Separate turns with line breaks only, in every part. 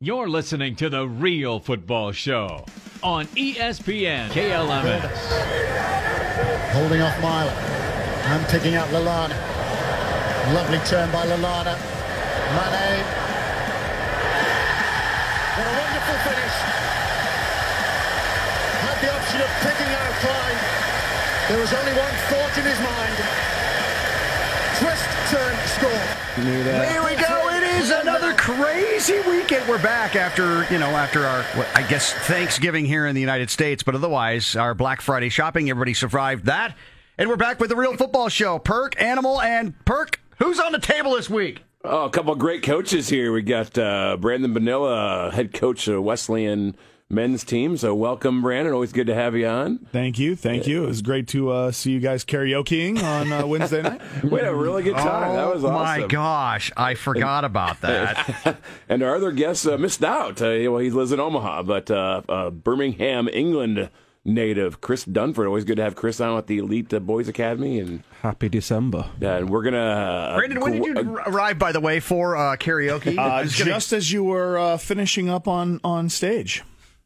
You're listening to The Real Football Show on E ESPN KLMS.
Holding off Myler. And picking out Lalana. Lovely turn by Lalana. Mane. What a wonderful finish. Had the option of picking out Klein. There was only one thought in his mind. Twist, turn, score.
Here we go. It is another crazy weekend. We're back after, you know, after our, what, I guess, Thanksgiving here in the United States, but otherwise, our Black Friday shopping. Everybody survived that. And we're back with the Real Football Show. Perk, Animal, and Perk, who's on the table this week?
Oh, a couple of great coaches here. We got uh, Brandon Vanilla, head coach of Wesleyan men's team. So welcome, Brandon. Always good to have you on.
Thank you, thank you. It was great to uh, see you guys karaokeing on uh, Wednesday night.
We had a really good time. that was
oh
awesome.
my gosh, I forgot about that.
And our other guest uh, missed out. Uh, well, he lives in Omaha, but uh, uh, Birmingham, England native Chris Dunford. Always good to have Chris on at the Elite uh, Boys Academy, and
Happy December.
uh, and we're gonna. Uh,
Brandon, when did you
uh,
ar- arrive, by the way, for uh, karaoke?
Uh,
was, gonna-
just as you were uh, finishing up on on stage.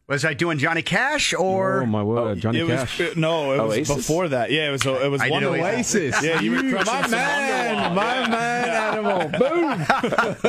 was I doing Johnny Cash or?
Oh my word, Johnny
it
Cash.
was uh, no, it was
Oasis?
before that. Yeah, it was it was
I did
Wonderwall.
Oasis.
Yeah, you were crushing
my
some
man,
Wonderwall.
my
Yeah.
man, animal. Boom.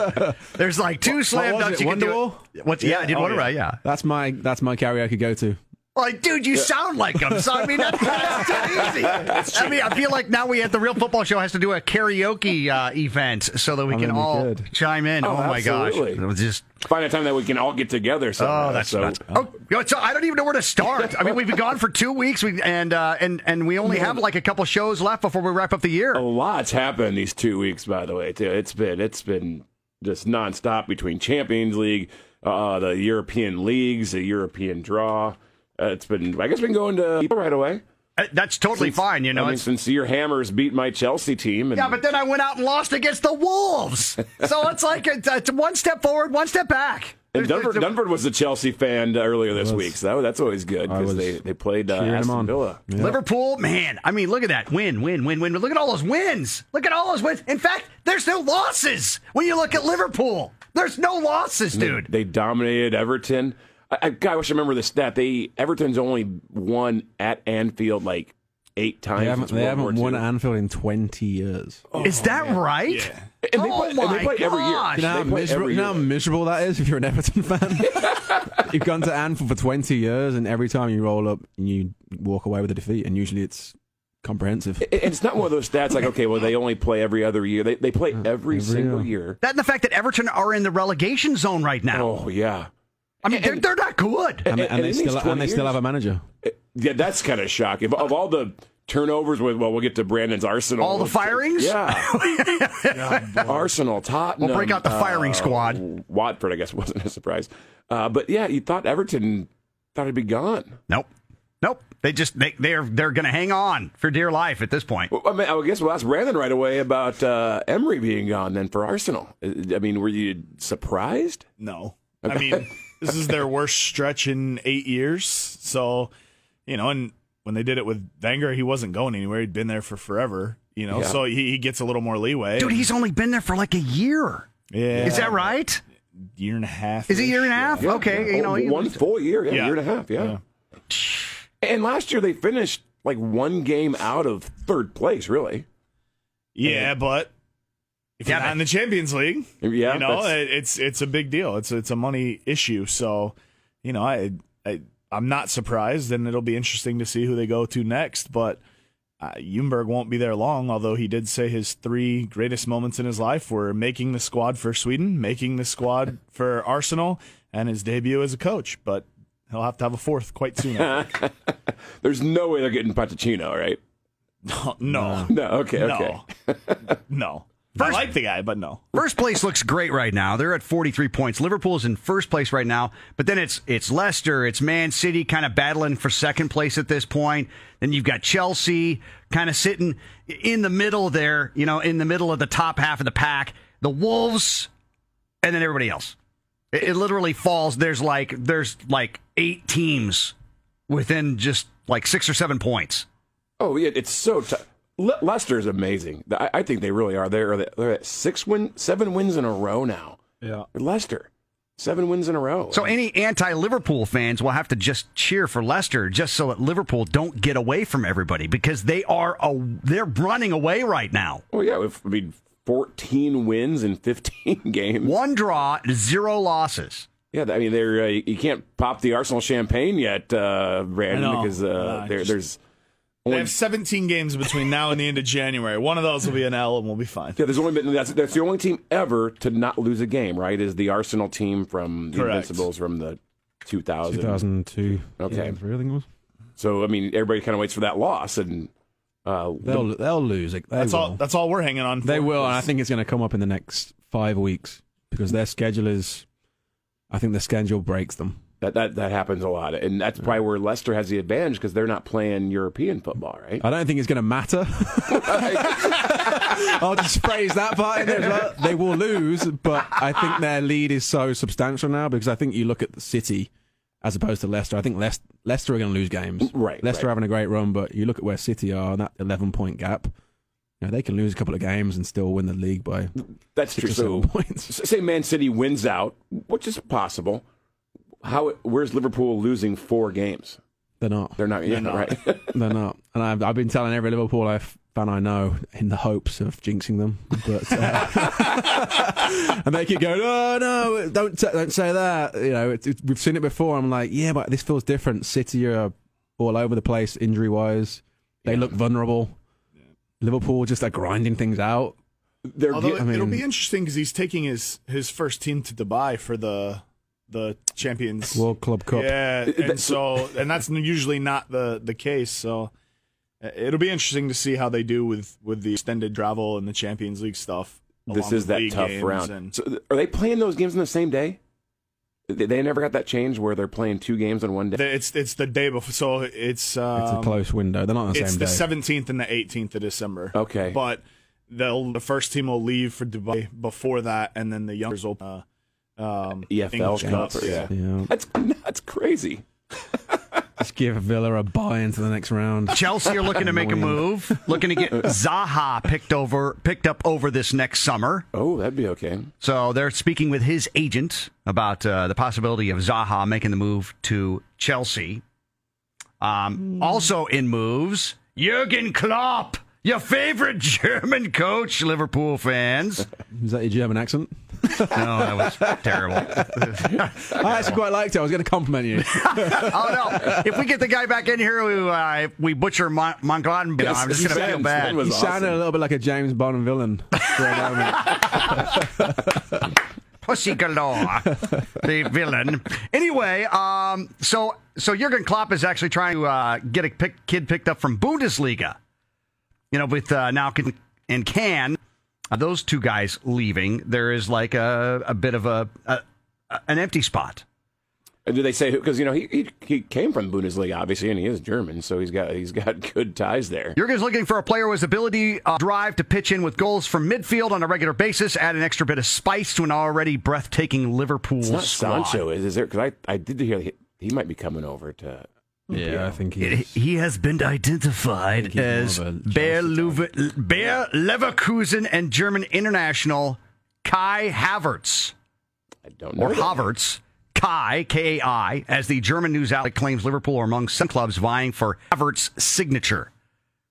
There's like two slam
what was
dunks
it,
you can do.
Wonderwall?
What's, yeah, I did
oh,
Wonderwall,
yeah.
yeah.
That's my that's my karaoke go to.
Like, dude, you sound like him. So I mean, that's, that's too easy. I mean, I feel like now we at the Real Football Show has to do a karaoke uh, event so that we
I
can
mean, we
all
could.
chime in. Oh,
Oh,
my gosh,
absolutely.
it was just
uh, find a time that we can all get together. somehow.
Uh,
oh, that's
so,
nuts. Oh, you know, so I don't even know where to start. I mean, we've been gone for two weeks, we, and uh, and and we only have like a couple shows left before we wrap up the year.
A lot's happened these two weeks, by the way. Too, it's been it's been just nonstop between Champions League, uh, the European leagues, the European draw. Uh, it's been I guess been going to people right away.
Uh, That's totally fine, you know.
I mean,
it's,
since your Hammers beat my Chelsea team, and
yeah, but then I went out and lost against the Wolves, so it's like it's, it's one step forward, one step back.
and
There's-
Dunford,
there's a-
Dunford was a Chelsea fan uh, earlier this week, so that's always good
I
because
was
they they played uh,
cheering 'em
Aston
on.
Villa.
Yeah.
Liverpool, man. I mean, look at that win, win, win, win. Look at all those wins. Look at all those wins. In fact, there's no losses when you look at Liverpool. There's no losses, dude.
They dominated Everton. I, I, God, I wish I remember the stat. They Everton's only won at Anfield like eight times.
They
since
haven't, they
World
haven't
War
won
II.
at Anfield in 20 years.
Oh,
Is that right?
And they
oh
play- and
my
they play every year.
gosh.
you know how,
they play
miserable,
every
you know how
year.
miserable that is if you're an Everton fan? You've gone to Anfield for 20 years, and every time you roll up, you walk away with a defeat, and usually it's comprehensive.
It- It's not one of those stats like, okay, well, they only play every other year. They, they play Uh, every, single year.
That and the fact that Everton are in the relegation zone right now.
Oh, yeah.
I mean, they're, they're not good.
and-
And, and,
and
they,
in these
still,
20
and they still
years-
have a manager.
Yeah, that's kind of shocking. Of, of all the turnovers, well, we'll get to Brandon's Arsenal.
All the firings?
Yeah. Arsenal, Tottenham. uh,
We'll break out the
Um,
firing
oh.
squad.
Watford, I guess, wasn't a surprise. Uh, but yeah, you thought Everton thought it'd be gone.
Nope. Nope. They just they, they're they're gonna hang on for dear life at this point.
Well, I, mean, I guess we'll ask Brandon right away about uh, Emery being gone then for Arsenal. Uh, I mean, were you surprised?
No. I mean, this is their worst stretch in eight years. So, you know, and when they did it with Wenger, he wasn't going anywhere. He'd been there for forever, you know,
Yeah.
so he, he gets a little more leeway.
Dude, he's only been there for like a year.
yeah,
Is that right?
year and a half?
Is it a year and a half?
Yeah,
okay,
yeah.
you
Oh,
know, he-
one full year, yeah,
Yeah.
year and a half, yeah. And last year they finished like one game out of third place, really.
Yeah, but if
Yeah,
you're not
but-
in the Champions League,
Yeah,
you know,
that's-
it, it's it's a big deal. It's it's a money issue. So, you know, I, I I'm not surprised, and it'll be interesting to see who they go to next. But uh, Jumberg won't be there long, although he did say his three greatest moments in his life were making the squad for Sweden, making the squad for Arsenal, and his debut as a coach. But he'll have to have a fourth quite soon. I think.
There's no way they're getting Pochettino, right?
no,
No, okay, okay.
no, no. I like the guy, but no.
First place looks great right now. They're at 43 points. Liverpool's in first place right now, but then it's it's Leicester, it's Man City kind of battling for second place at this point. Then you've got Chelsea kind of sitting in the middle there, you know, in the middle of the top half of the pack. The Wolves and then everybody else. It, it literally falls there's like there's like 8 teams within just like 6 or 7 points.
Oh, yeah, it's so tough. Le- Leicester is amazing. I-, I think they really are. They're, they're at six win, seven wins in a row now.
Yeah.
Leicester. Seven wins in a row.
So any anti-Liverpool fans will have to just cheer for Leicester, just so that Liverpool don't get away from everybody because they are a, they're running away right now.
well, Oh, yeah, if, I mean, 14 wins in 15 games.
One draw, zero losses.
Yeah, I mean, they're uh, you can't pop the Arsenal champagne yet, uh, Brandon,
I know.
because uh,
I
there,
just-
there's
They
only
have 17 games between now and the end of January. One of those will be an L, and we'll be fine.
yeah, there's only been that's that's the only team ever to not lose a game, right? Is the Arsenal team from the
Correct.
Invincibles from the 2000.
2002.
Okay.
yeah, three, I think it was.
So I mean, everybody kind of waits for that loss, and uh,
They'll they'll lose. Like, They
That's
will.
all. That's all we're hanging on. For
they will, and I
is-
think it's going to come up in the next five weeks because their schedule is. I think the schedule breaks them.
that, that that happens a lot, and that's probably where Leicester has the advantage because they're not playing European football, right?
I don't think it's going to matter. I'll just phrase that part. In there. as well. They will lose, but I think their lead is so substantial now because I think you look at the City as opposed to Leicester. I think Leic- Leicester are going to lose games.
Mm, Right,
Leicester
right.
are having a great run, but you look at where City are and that 11 point gap. You know, they can lose a couple of games and still win the league by
That's true.
six
So
or seven points.
s- say Man City wins out, which is possible. How where's Liverpool losing four games?
They're not.
They're not. yeah, right.
They're not. And I've, I've been telling every Liverpool I f- fan I know in the hopes of jinxing them, but uh, and they keep going. Oh no, don't t- don't say that. You know, it's it's we've seen it before. I'm like, yeah, but this feels different. City are all over the place injury wise. They look vulnerable. Liverpool just are grinding things out.
They're
Although
get-
I
it'll
mean-
be interesting because he's taking his his first team to Dubai for the the Champions
World Club Cup.
Yeah, and
that's-
so and that's usually not the the case. So uh, it'll be interesting to see how they do with with the extended travel and the Champions League stuff.
this
along
is
with
that
league
tough
games
round.
and-
so th- are they playing those games on the same day? They, they never got that change where they're playing two games on one day.
The- it's it's the day before, so it's um,
It's a close window. They're not on the
it's
same
the
day. Oh,
seventeenth and the eighteenth of December.
Okay.
but they'll the first team will leave for Dubai before that, and then the youngsters will uh, um,
EFL
English
Cup.
Cups.
or- Yeah.
yeah,
That's that's crazy.
let's give Villa a buy into the next round.
Chelsea are looking to make a move, looking to get Zaha picked over, picked up over this next summer.
Oh, that'd be okay.
So they're speaking with his agent about uh, the possibility of Zaha making the move to Chelsea. Um, Also in moves, Jurgen Klopp, your favorite German coach, Liverpool fans.
Is that your German accent?
No, that was terrible.
I actually quite liked it. I was going to compliment you.
oh no! If we get the guy back in here, we uh, if we butcher Mon- Mongolian.
Yes,
I'm just
he
gonna feel
sounds-
bad.
that was
You sounded
awesome.
a little bit like a James Bond villain. for a moment.
Pussy galore, the villain. Anyway, um, so so Jurgen Klopp is actually trying to uh, get a pick, kid picked up from Bundesliga. You know, with uh, now can, and can uh, those two guys leaving, there is like a, a bit of a, a an empty spot.
And do they say because you know he, he he came from the Bundesliga obviously, and he is German, so he's got he's got good ties there.
Jurgen's looking for a player with ability uh, drive to pitch in with goals from midfield on a regular basis, add an extra bit of spice to an already breathtaking Liverpool
It's not
squad.
Sancho, is, is there? Because I, I did hear he, he might be coming over to.
yeah, I think
It-
he's.
he has been identified
he's
as
more of a
Bayer,
Chelsea
Leuve- Bayer Leverkusen and German international Kai Havertz
I don't know.
or Havertz. Kai, K A I, as the German news outlet claims Liverpool are among some clubs vying for Havertz's signature.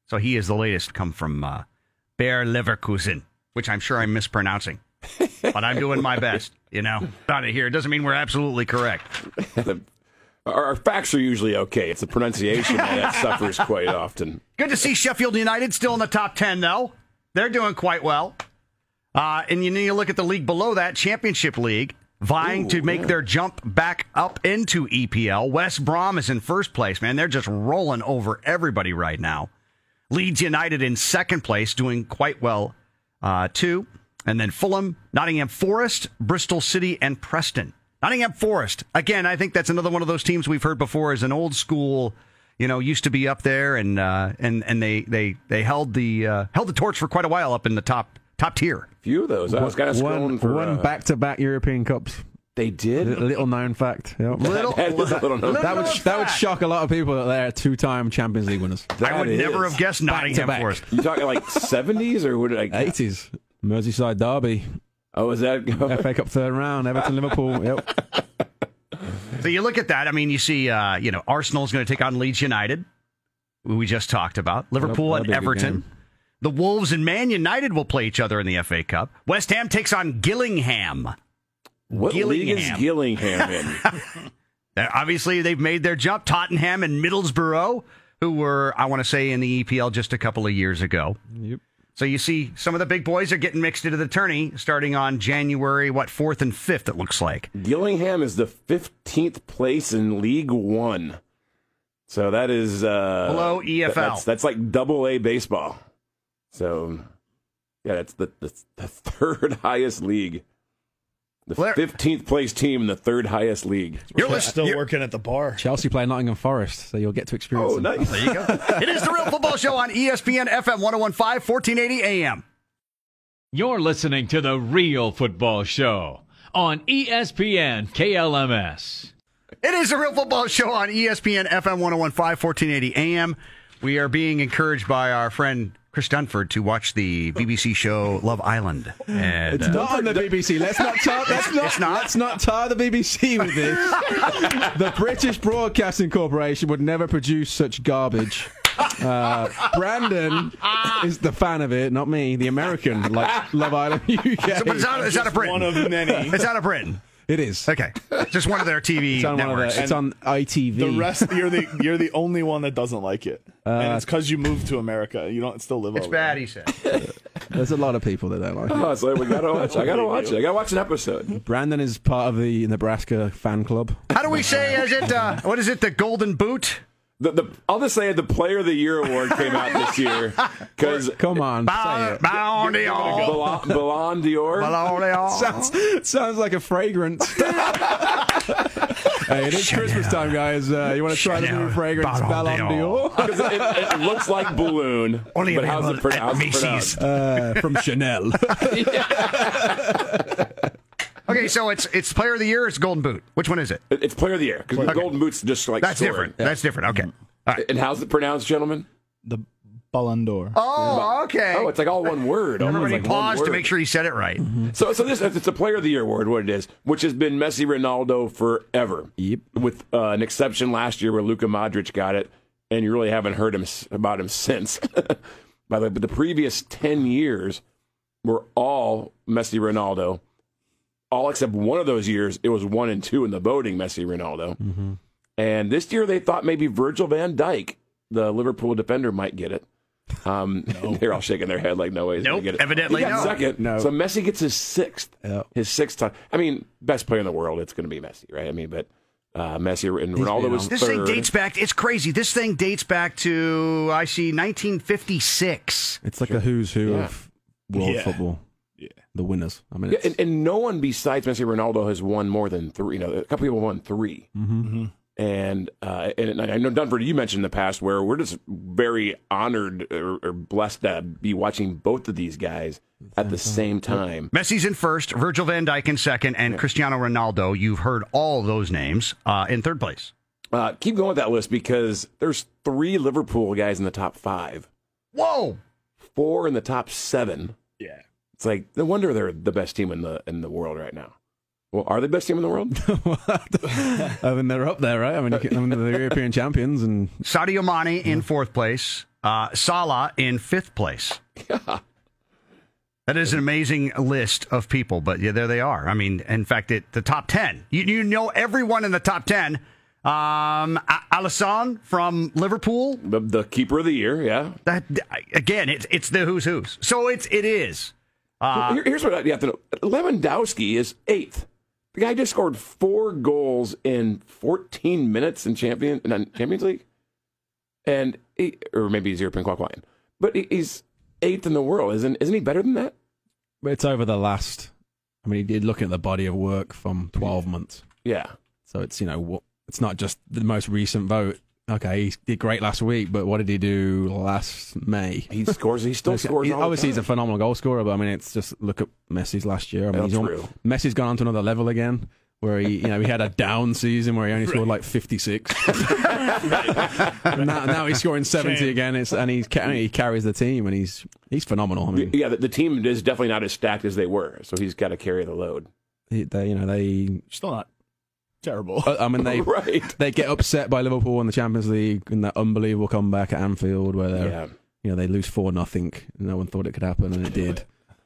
So he is the latest to come from uh, Bayer Leverkusen, which I'm sure I'm mispronouncing. But I'm doing my best, you know. Out of here. It doesn't mean we're absolutely correct.
The- our, our facts are usually okay. It's the pronunciation that suffers quite often.
Good to see Sheffield United still in the top 10, though. They're doing quite well. Uh, and you need to look at the league below that, Championship League, vying to make their jump back up into EPL. West Brom is in first place, man. They're just rolling over everybody right now. Leeds United in second place, doing quite well, uh, too. And then Fulham, Nottingham Forest, Bristol City, and Preston. Nottingham Forest, again, I think that's another one of those teams we've heard before is an old school, you know, used to be up there and uh, and and they they they held the uh, held the torch for quite a while up in the top top tier.
Few of those. I was kind of
One
scrolling for uh,
back-to-back European Cups.
They did.
A Little known fact. Yeah.
Little,
That is a little known
That would that would shock a lot of people that they're two-time Champions League winners.
I would
That
never
is.
have guessed
Back to
Nottingham
back.
Forest.
You talking like seventies or would like
Eighties Merseyside derby.
Oh, is that?
FA Cup third round, Everton, Liverpool. Yep.
So you look at that. I mean, you see, uh, you know, Arsenal's going to take on Leeds United, who we just talked about. Liverpool
that'll
and
be a good
Everton.
game.
The Wolves and Man United will play each other in the FA Cup. West Ham takes on Gillingham.
What league is
Gillingham.
Gillingham in?
They're- obviously, they've made their jump. Tottenham and Middlesbrough, who were, I want to say, in the EPL just a couple of years ago.
Yep.
So you see, some of the big boys are getting mixed into the tourney starting on January, what, 4th and 5th, it looks like.
Gillingham is the fifteenth place in League One. So that is uh,
Below E EFL.
That's, that's like Double A baseball. So yeah, that's the the, the third highest league. The
Blair-
fifteenth place team in the third highest league.
You're
We're
listening.
still working at the bar.
Chelsea play Nottingham Forest, so you'll get to experience
Oh,
them.
nice.
There you go. it is the Real Football Show on E ESPN FM 1015, 1480 AM.
You're listening to The Real Football Show on E ESPN KLMS.
It is the Real Football Show on E ESPN FM 1015, 1480 AM. We are being encouraged by our friend Chris Dunford to watch the BBC show Love Island. And,
It's
uh,
not on the BBC. Let's not tar, let's not,
It's not?
let's not tar the BBC with this. the British Broadcasting Corporation would never produce such garbage. Uh, Brandon is the fan of it, not me. The American, like Love Island UK.
so, but it's out, it's out of Britain.
One of many.
it's out of Britain.
it is.
Okay. Just one of their TV
It's on, one of
networks.
the, it's on ITV.
The rest, you're the you're the only one that doesn't like it,
Uh,
and it's because you moved to America. You don't still live.
It's
over
bad,
there.
he said.
There's a lot of people that don't like it.
Oh, so we gotta watch. I gotta watch it. I gotta watch an episode.
Brandon is part of the Nebraska fan club.
How do we say, is it, uh, what is it, the Golden Boot?
The, the, I'll just say the Player of the Year award came out this year because
Come on, say
Bow,
it.
bow, Dior.
Ballon d'Or.
Bow, Dior.
Sounds, sounds like a fragrance. hey, it is
Chanel.
Christmas time, guys. Uh, you want to try the
Chanel.
new fragrance,
Ballon
Ballon
d'Or.
d'Or?
Because it, it, it looks like balloon,
Only
but how's it,
available
pro-
at
how's it
Macy's.
pronounced?
Uh, from Chanel.
Okay, so it's it's Player of the Year. It's Golden Boot. Which one is it?
It- It's player of the year because the golden boots just like
That's
soaring.
different. That's different. Okay.
And how's it pronounced, gentlemen?
The Ballon d'Or.
Oh, okay.
Oh, it's like all one word. almost
Everybody
like one
paused to
word. Mm-hmm.
make sure he said it right.
So, so this it's a player of the year award, what it is, which has been Messi, Ronaldo forever.
Yep.
With uh, an exception last year where Luka Modric got it, and you really haven't heard him s- about him since. By the, but the previous ten years were all Messi, Ronaldo. All except one of those years, it was one and two in the voting, Messi, Ronaldo.
Mm-hmm.
And this year, they thought maybe Virgil Van Dijk, the Liverpool defender, might get it. Um, They're all shaking their head like, no way. he's gonna
Nope,
get it.
evidently
He got
no.
second.
No.
So Messi gets his sixth.
Yeah.
His sixth time. I mean, best player in the world. It's going to be Messi, right? I mean, but uh, Messi and Ronaldo
been
was
on-
This thing
third.
dates back. It's crazy. This thing dates back to I see 1956.
It's like a who's who
Yeah.
of world
Yeah.
football.
Yeah.
The winners. I mean,
Yeah,
it's,
and, and no one besides Messi, and Ronaldo has won more than three. You know, a couple people won 3
Mm-hmm.
and uh, and I know Dunford, you mentioned in the past where we're just very honored or, or blessed to be watching both of these guys at the same time.
Messi's in first, Virgil Van Dijk in second, and Cristiano Ronaldo. You've heard all those names uh, in third place.
Uh, keep going with that list because there's three Liverpool guys in the top five,
Whoa!
four in the top seven.
Yeah.
It's like no wonder they're the best team in the in the world right now. Well, are they the best team in the world?
I mean, they're up there, right? I mean, you can, I mean they're European champions, and
Sadio Mane in fourth place, uh, Salah in fifth place.
yeah.
That is an amazing list of people, but yeah, there they are. I mean, in fact, it, the top 10. You, you know everyone in the top 10. Um, A- Alisson from Liverpool.
The, the keeper of the year, yeah.
That Again, it's, it's the who's who's. So it's, it is.
Uh,
Here- here's what you have to know: Lewandowski is eighth. The guy just scored four goals in 14 minutes in champion in the Champions League, and he, or maybe he's European qualifying, but he, he's eighth in the world. Isn't isn't he better than that?
but it's over the last. I mean, he did look at the body of work from 12 months.
Yeah.
So it's you know what it's not just the most recent vote. Okay, he did great last week, but what did he do last May?
He scores. He still scores.
He-
all the
obviously, he's a
time.
phenomenal goal scorer, but I mean, it's just look at Messi's last year. I mean,
That's
he's al-
true.
Messi's gone on to another level again. where he, you know, he had a down season where he only scored like 56. And now, now he's scoring 70
Shame.
again. It's, and he's, ca- he carries the team, and he's he's phenomenal. I mean,
Yeah, the, the team is definitely not as stacked as they were, so he's got to carry the load.
he- they, you know, they,
Still not terrible.
I I mean, they
right.
they get upset by Liverpool in the Champions League in that unbelievable comeback at Anfield where they,
Yeah.
you know, they lose four nothing. No one thought it could happen, and it did.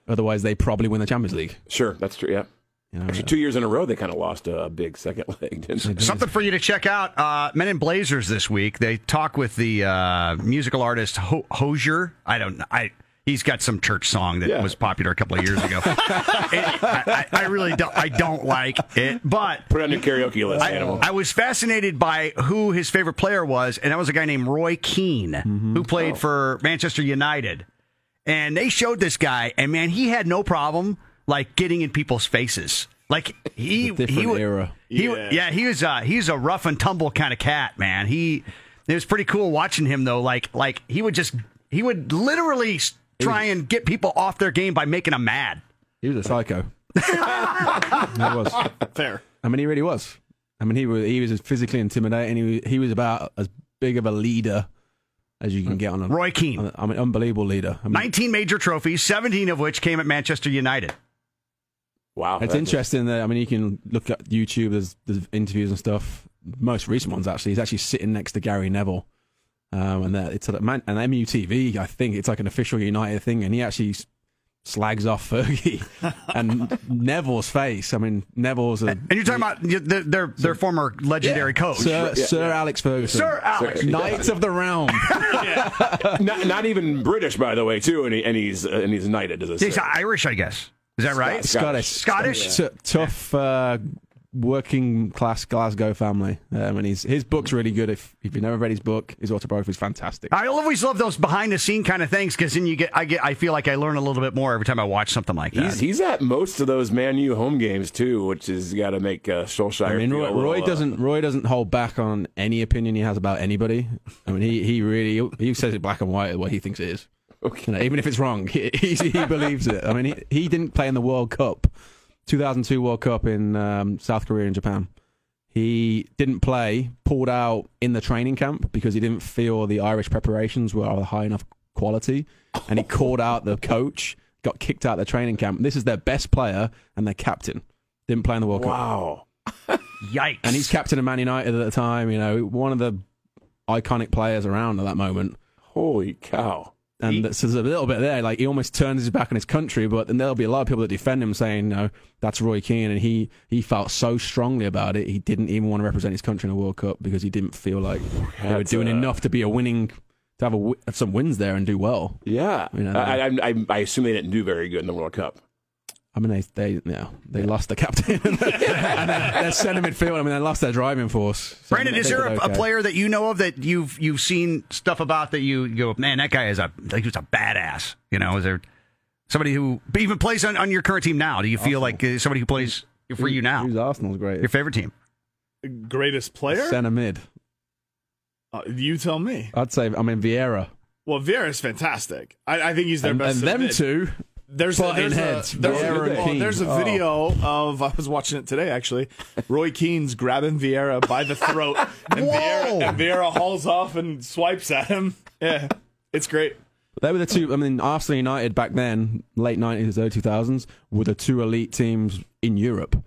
Otherwise, they probably win the Champions League.
Sure, that's true. Yeah.
You know,
Actually, two years in a row, they kind of lost a big second leg. Didn't they?
Something for you to check out. Uh, Men in Blazers this week. They talk with the uh, musical artist Ho- Hosier. I don't. know. I. He's got some church song that
Yeah.
was popular a couple of years ago. It- I, I I really don't. I don't like it, but.
Put it on your karaoke list,
I,
animal.
I was fascinated by who his favorite player was, and that was a guy named Roy Keane,
Mm-hmm.
who
Oh.
played for Manchester United. And they showed this guy, and man, he had no problem like getting in people's faces. Like he,
It's a different
he wa-
era.
He, wa-
Yeah.
yeah, he was uh, he's a rough and tumble kind of cat, man. He it was pretty cool watching him though. Like like he would just he would literally s- try and get people off their game by making them mad.
He was a psycho. he was.
Fair.
I mean, he really was. I mean, he was he was physically intimidating. He was, he was about as big of a leader as you can get on a.
Roy Keane.
I mean, unbelievable leader. I mean,
19 major trophies, 17 of which came at Manchester United.
wow.
It's
that-
interesting that I mean you can look at YouTube. There's, there's interviews and stuff. Most recent ones actually, he's actually sitting next to Gary Neville, um, and that it's at man and MUTV. I think it's like an official United thing, and he actually s- slags off Fergie and Neville's face. I mean Neville's a
And you're talking about y- their their, their former legendary coach,
Sir, Sir Alex Ferguson,
Sir Alex.
Knights of the Realm.
Not, not even British, by the way, too. And, he, and he's uh, and he's knighted as a.
He's Irish, I guess. Is that right?
Scottish,
Scottish?
T- tough, uh, working class Glasgow family. Um, and he's, his book's really good. If if you've never read his book, his autobiography is fantastic.
I always love those behind the scene kind of things because then you get I get I feel like I learn a little bit more every time I watch something like that.
He's, he's at most of those Man U home games too, which has got to make uh, Solskjaer.
I mean,
feel a
Roy,
little,
Roy
uh,
doesn't. Roy doesn't hold back on any opinion he has about anybody. I mean, he, he really he says it black and white what he thinks it is.
Okay.
You know, even if it's wrong, he, he, he believes it. I mean, he, he didn't play in the World Cup, 2002 World Cup in um, South Korea and Japan. He didn't play, pulled out in the training camp because he didn't feel the Irish preparations were of high enough quality, and he called out the coach. Got kicked out of the training camp. This is their best player and their captain. Didn't play in the World Cup
Wow.
Yikes!
and he's captain of Man United at the time. You know, one of the iconic players around at that moment.
Holy cow.
And so there's a little bit there, like he almost turns his back on his country. But then there'll be a lot of people that defend him, saying, "No, that's Roy Keane," and he he felt so strongly about it, he didn't even want to represent his country in a World Cup because he didn't feel like they were
That's,
doing
uh,
enough to be a winning, to have a wi- have some wins there and do well.
Yeah.
You know,
I, I, I, I assume they didn't do very good in the World Cup.
I mean, they they yeah, they lost the captain and their, their centre midfield. I mean, they lost their driving force. So
Brandon,
they
is there
did
a, a
okay.
player that you know of that you've you've seen stuff about that you, you go, man, that guy is a like he's a badass. You know, is there somebody who even plays on, on your current team now? Do you feel like uh, somebody who plays for you now,
Who's Arsenal's great?
your favorite team?
Greatest player?
Centre mid.
Uh, you tell me.
I'd say, I mean, Vieira.
Well, Vieira's fantastic. I, I think he's their
And,
best.
and them
mid.
two,
There's a,
Butting
there's,
heads.
a, there's,
Vieira
a,
and
oh,
Keane.
there's a
Oh.
video of I was watching it today actually. Roy Keane's grabbing Vieira by the throat, and, Vieira, and Vieira hauls off and swipes at him. Yeah, it's great.
they were the two. I mean, Arsenal United back then, late 90s, early 2000s, were the two elite teams in Europe.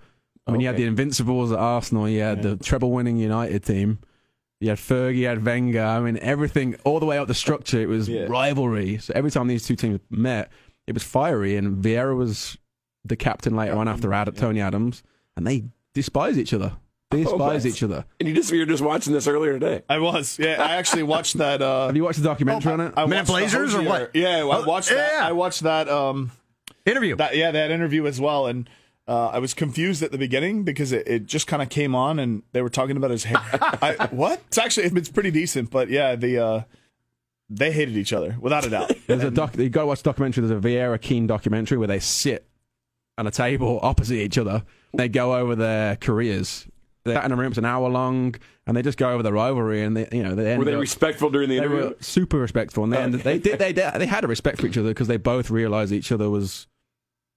I mean, you had
Okay.
the Invincibles at Arsenal, you had the treble winning United team, you had Fergie, you had Wenger. I mean, everything, all the way up the structure, it was
Yeah.
rivalry. So every time these two teams met, it was fiery, and Vieira was the captain later on after Ad- Tony Adams, and they despise each other. They despise
nice.
each other.
And you just you were just watching this earlier today.
I was. Yeah, I actually watched that. Uh,
Have you watched the documentary on it?
I
Men in
watched the
Blazers or
Hosier-
what?
Yeah, I
Oh,
watched that.
yeah.
I watched that. Um,
Interview.
that yeah, that interview as well. And uh, I was confused at the beginning because it, it just kind of came on, and they were talking about his hair. I, what? It's actually it's pretty decent, but yeah, the uh, they hated each other without a doubt.
There's a
Um,
doc. You gotta watch the documentary. There's a Vieira Keen documentary where they sit on a table opposite each other. They go over their careers. They're sat in a room. It's an hour long, and they just go over the rivalry. And they, you know, they end
Were they
up-
respectful during the
they
interview?
were super respectful, and they, ended, they did. They did- they had a respect for each other because they both realized each other was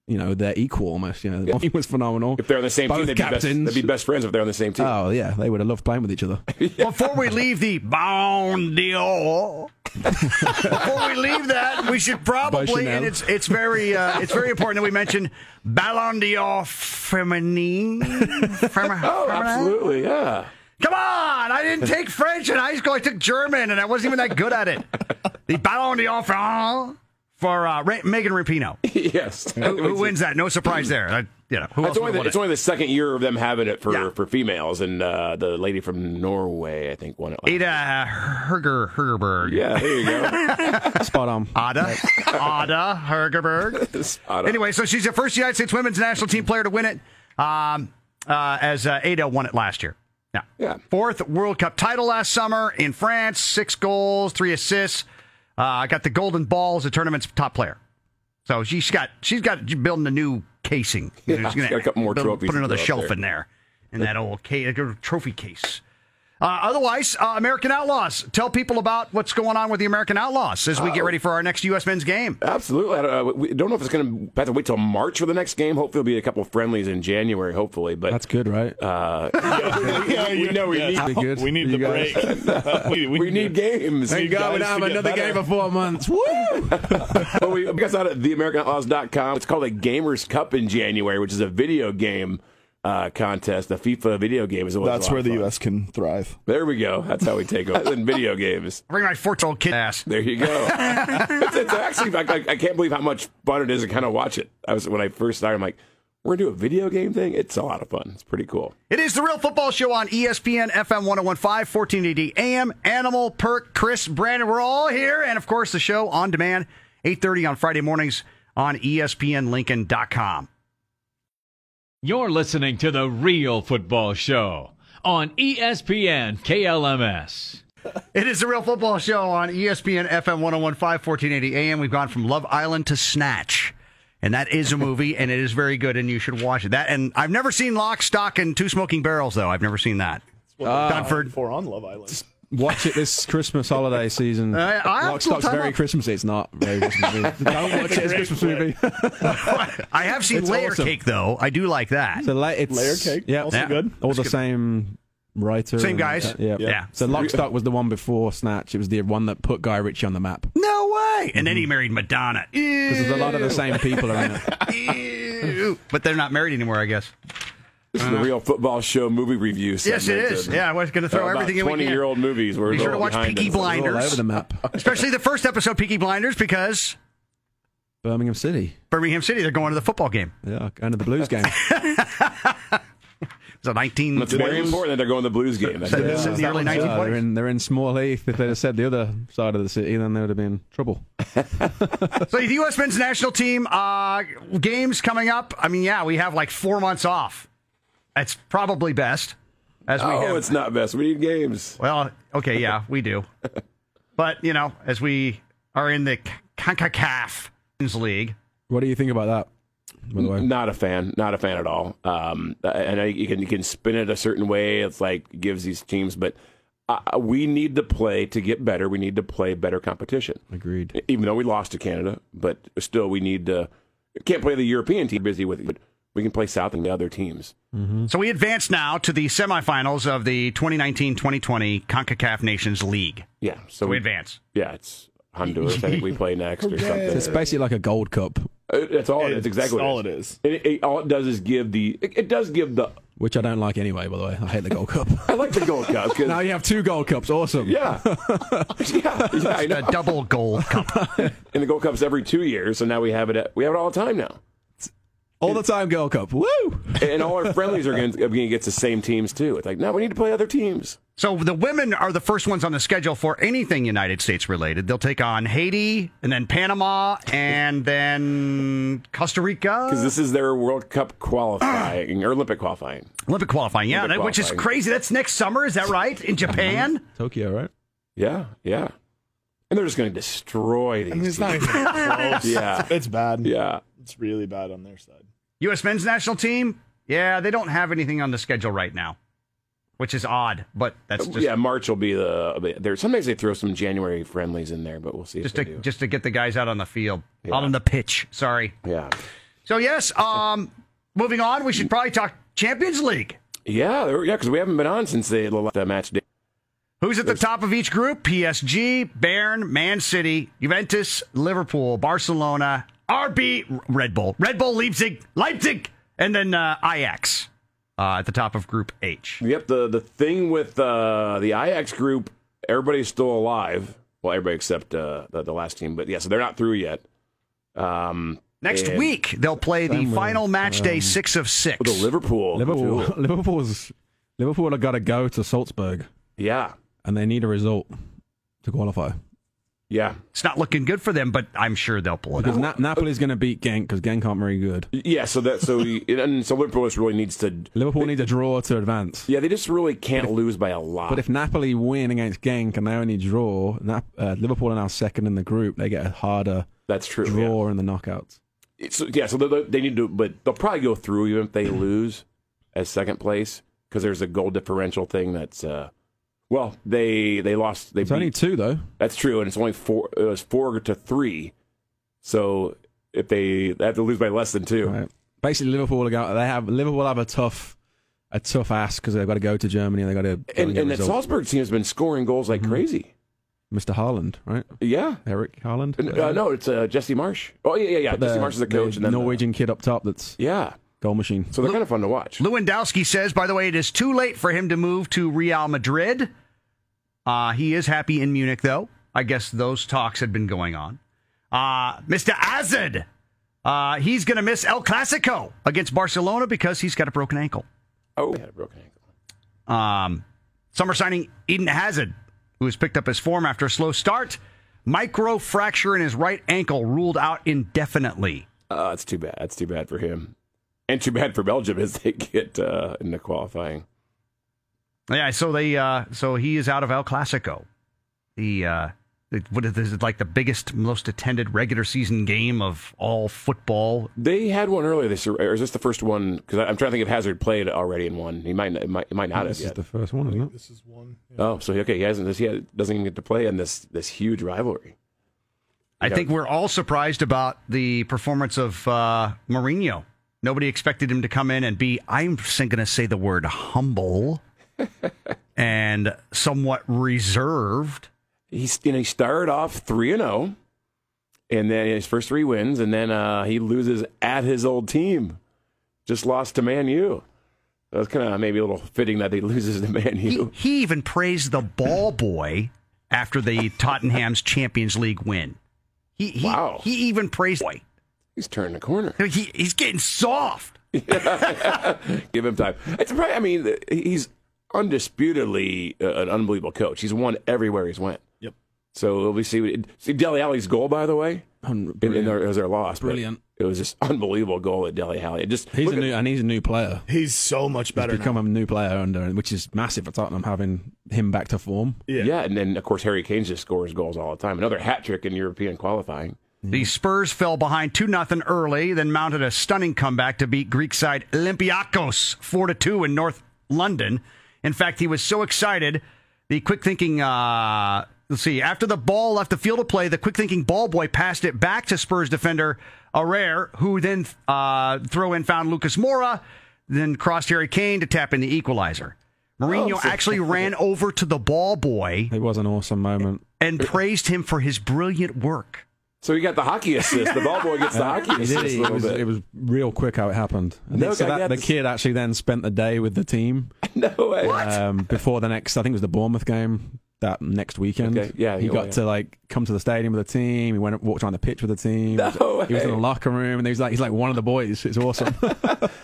you know they're equal almost. You know, he was phenomenal.
If they're on the same
Both
team, they'd be, best,
captains.
they'd be best friends if they're on the same team.
Oh yeah, they would have loved playing with each other.
Before we leave the Bon Dior, before we leave that, we should probably
Chanel.
and it's it's very uh, it's very important that we mention Ballon d'Or Feminine. Femi-
Oh,
Feminine?
absolutely, yeah.
Come on! I didn't take French in high school. I took German, and I wasn't even that good at it. The Ballon d'Or for- for uh, Ra- Megan Rapinoe.
yes.
Who, who wins that? No surprise there. I, you know, who
It's
else
only,
would
the,
have
it's
won
only the second year of them having it for,
Yeah.
for females, and uh, the lady from Norway, I think, won it.
it? Ada Herger Hergerberg.
Yeah, there you go.
Spot on.
Ada Ada Hergerberg.
I don't-
Anyway, so she's the first United States women's national team player to win it, um, uh, as uh, Ada won it last year. Yeah.
Yeah.
Fourth World Cup title last summer in France, six goals, three assists. Uh, got the golden ball as the tournament's top player. So she's got she's got she's building a new casing.
Yeah, she's got a couple more trophies
Put
to
another
throw up
shelf
there.
in there in that old ca- trophy case. Uh, otherwise, uh, American Outlaws. Tell people about what's going on with the American Outlaws as we get ready for our next U.S. men's game.
Absolutely. I don't, uh, we don't know if it's going to have to wait till March for the next game. Hopefully, there'll be a couple of friendlies in January, hopefully. But
That's good, right?
Uh,
yeah, you know we
Pretty good.
We need the
You guys-
break. we,
we need games.
Thank God we don't have another game for
four months. Woo!
well, we guys out at theamericanoutlaws.com. It's called a Gamers Cup in January, which is a video game uh, contest. The FIFA video game is always a
That's
lot
where
of
the
fun.
U.S. can thrive.
There we go. That's how we take over in video games.
Bring my 14 old kid ass.
There you go. it's, it's actually, I, I- I can't believe how much fun it is to kind of watch it. I was when I first started, I'm like, we're gonna do a video game thing. It's a lot of fun. It's pretty cool.
It is the Real Football Show on E ESPN FM 1015, 1480 AM. Animal, Perk, Chris, Brandon, we're all here. And of course, the show on demand, 8.30 on Friday mornings on E ESPNLincoln.com.
You're listening to The Real Football Show on E ESPN KLMS.
It is the Real Football Show on E ESPN FM 1015, 1480 AM. We've gone from Love Island to Snatch. And that is a movie, and it is very good, and you should watch it. That and I've never seen Lock, Stock, and Two Smoking Barrels, though. I've never seen that. Dunford.
For on Love Island.
Watch it this Christmas holiday season.
Uh, I have
Lock,
some
Stock's
time
very
off.
Christmassy. It's not very Christmassy. Don't watch it. It's a Christmas movie.
I have seen
It's
Layer
awesome.
Cake, though. I do like that.
the la- it's,
Layer cake.
Yeah,
Also
Yeah.
good.
all the same writer.
Same
and-
guys.
yeah.
Yeah.
So Lockstock was the one before Snatch. It was the one that put Guy Ritchie on the map.
No way. And then he married Madonna.
Because there's a lot of the same people around it.
Ew. but they're not married anymore, I guess.
This is the real football show movie review.
Uh-huh. Yes, it
segment.
is.
Uh,
Yeah, I was going to throw
about
everything in we can.
Twenty-year-old movies. We're
Be sure to
all
watch
behind
Peaky
us.
Blind.
They're all
Blinders.
over the map.
Especially the first episode, Peaky Blinders, because
Birmingham City.
Birmingham City, they're going to the football game.
Yeah, going to the Blues game.
It's a 19...
It's very important that they're going to the Blues game. That's
This is the early
Yeah, they're
1920s.
in they're in small heath. If they'd have said the other side of the city, then they would have been trouble.
So the U.S. men's national team uh, games coming up. I mean, yeah, we have like four months off. That's probably best. As we
Oh,
have-
it's not best. We need games.
Well, okay, yeah, we do. But, you know, as we are in the CONCACAF League,
What do you think about that? By the way,
Not a fan. Not a fan at all. Um, and I, you can you can spin it a certain way. It's like gives these teams, but uh, we need to play to get better. We need to play better competition.
agreed.
Even though we lost to Canada, but still we need to can't play the European team busy with, but we can play South and the other teams.
So we advance now to the semifinals of the 2019-2020 CONCACAF Nations League.
Yeah. So
So we advance.
Yeah, it's Honduras. I think we play next or something.
It's basically like a gold cup,
It- That's all. It's exactly
That's all
what
it is.
It, it, all it does is give the. It, it does give the.
which I don't like anyway. By the way, I hate the gold cup.
I like the gold cup 'cause-
now you have two gold cups. Awesome.
yeah, yeah, yeah. I
The
know.
double gold cup.
And the gold cup's every two years, so now we have it. At, we have it all the time now,
All the time, gold cup. Woo!
and all our friendlies are going to get the same teams too. It's like no, we need to play other teams.
So the women are the first ones on the schedule for anything United States related. They'll take on Haiti and then Panama and then Costa
Because
Rica.
this is their World Cup qualifying or Olympic qualifying.
Olympic qualifying, yeah,
Olympic
that- which is
qualifying. Mm-hmm.
crazy. That's next summer, is that right? In Japan?
Tokyo, right?
Yeah, yeah. And they're just going to destroy these.
I mean, it's
teams.
not even close.
Yeah.
It's bad.
Yeah,
It's really bad on their side.
U.S. men's national team? Yeah, they don't have anything on the schedule right now, which is odd, but that's just
Oh, yeah. March will be the. There. Sometimes they throw some January friendlies in there, but we'll see.
just
if they
to
do.
just to get the guys out on the field, out on the pitch. Sorry.
yeah.
So yes, um, moving on, we should probably talk Champions League.
Yeah, there- yeah, because we haven't been on since the, the match day.
Who's at the top of each group? PSG, Bayern, Man City, Juventus, Liverpool, Barcelona, RB, Red Bull, Red Bull, Leipzig, Leipzig, and then uh, Ajax uh, at the top of Group H.
Yep, the the thing with uh, the IX group, everybody's still alive. Well, everybody except uh, the, the last team, but yeah, so they're not through yet. Um,
Next
and-
week they'll play the
Then we'll,
final match day six of six.
the Liverpool.
Liverpool, Liverpool's Liverpool have got to go to Salzburg,
Yeah,
and they need a result to qualify.
yeah,
It's not looking good for them, but I'm sure they'll pull it
Because
out.
Na- Napoli's going to beat Genk because Genk aren't very good.
yeah. So that so and so Liverpool just really needs to.
Liverpool need a draw to advance.
Yeah, they just really can't lose by a lot.
But if Napoli win against Genk and they only draw, Nap- uh, Liverpool are now second in the group. They get a harder
that's true. yeah.
draw in the knockouts.
so, yeah, so they, they need to, but they'll probably go through even if they lose as second place because there's a goal differential thing that's. uh well, they they lost. They
It's only
beat-
two though.
that's true, and it's only four. It was four to three, so if they, they have to lose by less than two.
Right. Basically, Liverpool are go- they have Liverpool have a tough a tough ass because they've got to go to Germany and they've got to go and
And,
get
and that
results. Mm-hmm.
Salzburg team has been scoring goals like crazy.
Mr. Haaland, right?
Yeah.
Eric Haaland.
And, uh, no, it's uh, Jesse Marsh. Oh yeah, yeah, yeah. Jesse Marsh is the coach, and then uh, the-
Norwegian kid up top that's
yeah,
goal machine.
so they're kind of fun to watch.
Lewandowski says, by the way, it is too late for him to move to Real Madrid. Uh, he is happy in Munich, though. I guess those talks had been going on. Uh, Mr. Azad, uh, he's going to miss El Clasico against Barcelona because he's got a broken ankle.
Oh, he had a broken ankle.
Um, summer signing Eden Hazard, who has picked up his form after a slow start, micro fracture in his right ankle ruled out indefinitely.
Uh, that's too bad. That's too bad for him, and too bad for Belgium as they get uh, into qualifying.
Yeah, so they uh so he is out of El Clasico. The uh it- what is this is like the biggest most attended regular season game of all football.
They had one earlier this year, or is this the first one? Because I'm trying to think if Hazard played already in one. He might, he might, he might not have
This is
yet.
the first one, isn't it?
This is one.
oh, so okay, he hasn't. This he doesn't even get to play in this this huge rivalry.
I think we're all surprised about the performance of uh Mourinho. Nobody expected him to come in and be I'm going to say the word humble and somewhat reserved.
He's you know he started off three and zero, and then his first three wins, and then uh, he loses at his old team. Just lost to Man U. That's kind of maybe a little fitting that he loses to Man
He,
U.
he even praised the ball boy after the Tottenham's Champions League win. He he,
Wow.
he even praised boy.
He's turned the corner.
I mean, He, he's getting soft.
Give him time. It's probably, I mean, he's undisputedly uh, an unbelievable coach. He's won everywhere he's went.
Yep.
So we see. See Deli Alley's goal, by the way, in, in their, as their loss. but
Brilliant.
It was just unbelievable goal at Deli Alley. It just
He's
look
a
at-
new and he's a new player.
He's so much better.
He's become
now.
a new player under, which is massive for Tottenham having him back to form.
yeah. and then of course Harry Kane just scores goals all the time. Another hat trick in European qualifying.
The Spurs fell behind 2 0 early, then mounted a stunning comeback to beat Greek side Olympiakos 4 2 in North London. In fact, he was so excited, the quick thinking, uh, let's see, after the ball left the field of play, the quick thinking ball boy passed it back to Spurs defender Arrer, who then uh, throw in found Lucas Mora, then crossed Harry Kane to tap in the equalizer. Mourinho
so-
actually ran over to the ball boy
It was an awesome moment.
and praised him for his brilliant work.
So he got the hockey assist. The ball boy gets the hockey
It,
assist a
it
little
was,
bit.
it was real quick how it happened. And
No,
so
I
that,
got
the
this-
kid actually then spent the day with the team
no way.
um, before the next. I think it was the Bournemouth game that next weekend.
Okay, yeah,
he
yeah,
got
yeah.
to like come to the stadium with the team. He went and walked around the pitch with the team.
No
he, was, he was in the
way.
locker room and he was like, he's like one of the boys. It's awesome.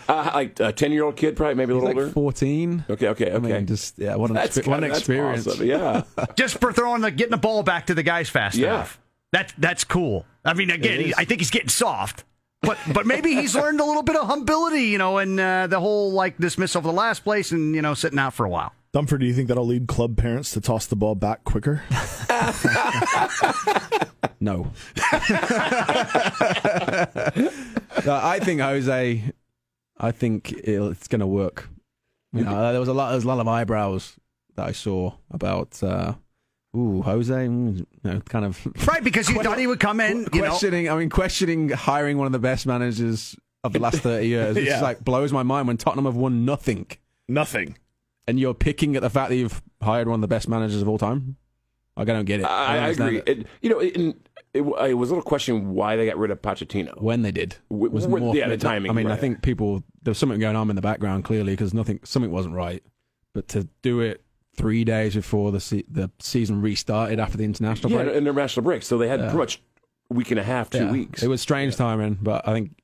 Uh, like a ten-year-old kid, probably maybe a
he's
little
like
older.
fourteen.
Okay, okay,
I
okay.
mean, just yeah, what an,
That's
expe- what an
kinda- that's
experience.
awesome, Yeah.
just for throwing the getting the ball back to the guys fast
Yeah.
enough. That's that's cool. I mean, again, he, I think he's getting soft, but but maybe he's learned a little bit of humility, you know, and uh, the whole like dismissal of the last place and you know sitting out for a while.
Dumford, do you think that'll lead club parents to toss the ball back quicker?
No. No, I think Jose. I think it'll, it's going to work. You know, there was a lot. There was a lot of eyebrows that I saw about. Uh, ooh, Jose. Mm, you know, kind of
Right, because he thought he would come in, you know.
questioning. I mean, questioning hiring one of the best managers of the last 30 years. It
Yeah.
just like blows my mind when Tottenham have won nothing
Nothing.
and you're picking at the fact that you've hired one of the best managers of all time. Like, I don't get it.
I,
don't
I
understand
agree.
it.
It, you know, it, it, it was a little question why they got rid of Pochettino.
When they did,
W- w- yeah, the timing,
I mean, I
right.
think people there was something going on in the background clearly because nothing, something wasn't right. But to do it three days before the se- the season restarted after the international
yeah,
break,
an international break. So they had pretty much week and a half, two
Yeah.
weeks.
It was strange timing, but I think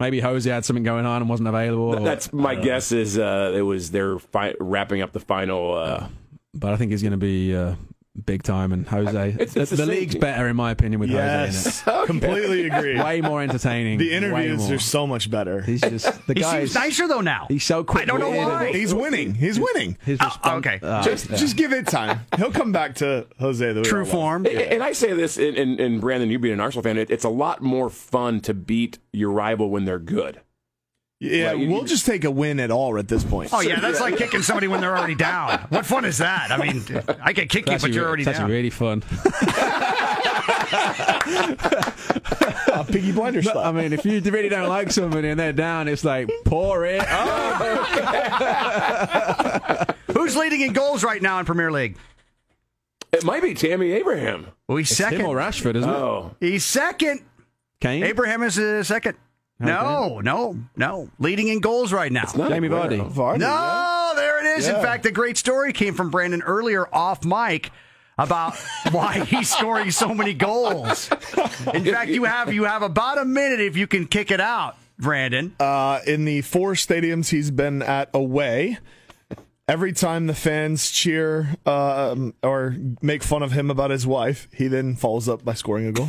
maybe Jose had something going on and wasn't available.
Th-
or-
That's my guess. Is uh, it was their fi- wrapping up the final. Uh,
but I think he's going to be uh, big time. And Jose,
it's-
the,
it's the
the
same
league's
team.
better in my opinion with Jose in
Yes. Completely agree.
it. Way more entertaining.
the
way
interviews
more.
are so much better.
He's just the
He
guy.
seems
is-
nicer though now.
He's so quick.
I don't know why.
He's winning. He's winning.
His
Oh,
response. uh,
okay.
Just, just give it time. He'll come back to Jose the
True form.
and- And I say this, and, and, and Brandon, you being an Arsenal fan, it, it's a lot more fun to beat your rival when they're good.
Yeah,
Right, you-
we'll just take a win at all at this point.
Oh yeah, that's like kicking somebody when they're already down. What fun is that? I mean, I can kick you,
That's
but you're
re-
already
that's
down.
really fun.
a piggy blinder stuff.
I mean, if you really don't like somebody and they're down, it's like pour it. up.
Who's leading in goals right now in Premier League?
It might be Tammy Abraham.
Well, he's
It's him
second.
or Rashford, isn't it?
Oh,
He's second.
Kane,
Abraham is uh, second. No, no, no. Leading in goals right now.
not
Jamie
Aguero.
Vardy.
Vardy, yeah.
No, there it is. In
Yeah.
fact, the great story came from Brandon earlier off mic about why he's scoring so many goals. In fact, you have you have about a minute if you can kick it out, Brandon.
Uh, in the four stadiums he's been at away, every time the fans cheer um, or make fun of him about his wife, he then follows up by scoring a goal.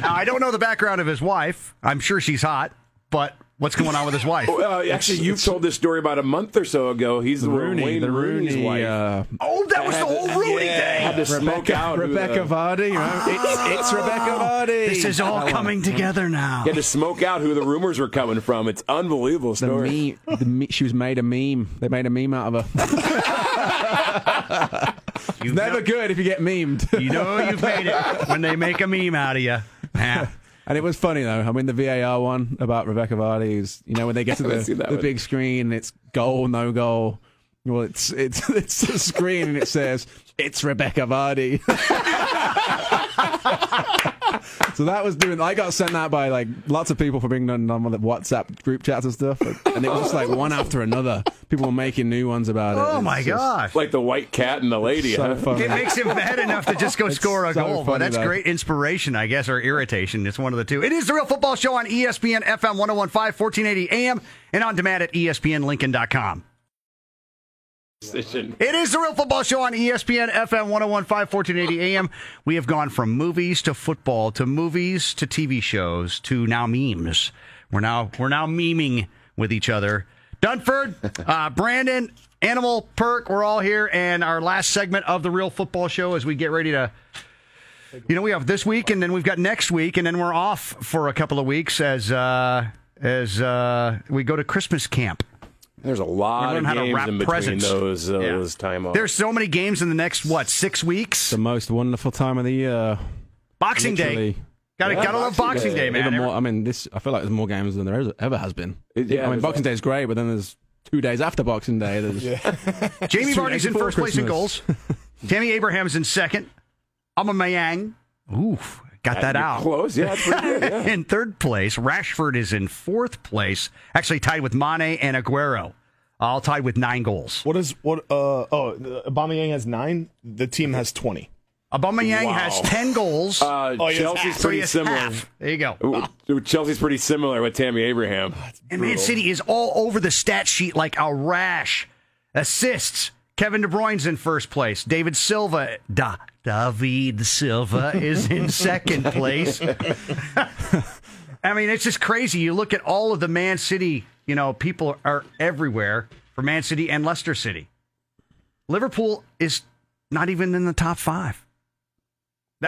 now, I don't know the background of his wife. I'm sure she's hot, but what's going on with his wife?
Uh, actually, you've told this story about a month or so ago. He's the
Rooney,
Wayne
the
Rooney's
Rooney.
wife.
Uh,
Oh, that was the whole Rooney
Had
thing.
to smoke out who the-
Rebecca Vardy. you know? It's, it's Rebecca Vardy.
This is all coming together now.
had to smoke out who the rumors were coming from. It's unbelievable
The
story.
meme, the me, she was made a meme. They made a meme out of her.
You've
Never
kno-
good if you get memed.
you know you've made it when they make a meme out of you. Nah.
And it was funny though. I mean, the VAR one about Rebecca Vardy is, you know, when they get to
haven't
the,
seen that
the
one.
big screen, it's goal, no goal. Well, it's it's it's a screen and it says it's Rebecca Vardy. so that was doing. I got sent that by like lots of people for being on, on the WhatsApp group chats and stuff, and it was just like one after another. People were making new ones about it.
Oh
It's
my
just
gosh.
Like the white cat and the lady.
So
huh?
funny.
It makes him mad enough to just go score a
so
goal. but
funny,
that's
though.
great inspiration, I guess, or irritation. It's one of the two. It is the Real Football Show on E ESPN FM 1015, 1480 AM, and on demand at E ESPNLincoln.com.
Decision.
It is the Real Football Show on E ESPN FM 1015, 1480 AM. We have gone from movies to football to movies to TV shows to now memes. We're now we're now memeing with each other. Dunford, uh, Brandon, Animal, Perk, we're all here, and our last segment of the Real Football Show as we get ready to you know, we have this week, and then we've got next week, and then we're off for a couple of weeks as uh, as uh, we go to Christmas camp.
There's a
We
lot
learn
of
how to
games
wrap
in between
presents.
those uh,
Yeah.
those time off.
There's so many games in the next what six weeks?
the most wonderful time of the year.
Boxing Day.
Literally.
Gotta
Yeah,
gotta love
Boxing
Boxing
Day.
Day, man.
Even more, I mean, this. I feel like there's more games than there is- ever has been.
It- yeah,
I mean,
there's
Boxing
a-
Day is great, but then there's two days after Boxing Day. There's,
Jamie Vardy's in
before
first place in goals.
Christmas.
Tammy Abraham's in second. Amma Mayang. Oof, got that
You're
out.
Close, yeah. That's pretty good, yeah.
in third place. Rashford is in fourth place, actually tied with Mane and Aguero, all tied with nine goals.
What is what? Uh, oh, Aubameyang has nine. The team has twenty.
Aubameyang
Wow.
has ten goals.
Uh,
Oh, yeah, it's
Chelsea's
half.
so he
pretty
has
similar.
half. There you go.
Ooh, Chelsea's pretty similar with Tammy Abraham.
And Man City is all over the stat sheet like a rash. Assists. Kevin De Bruyne's in first place. David Silva, da, David Silva is in second place. I mean, it's just crazy. You look at all of the Man City, you know, people are everywhere for Man City and Leicester City. Liverpool is not even in the top five.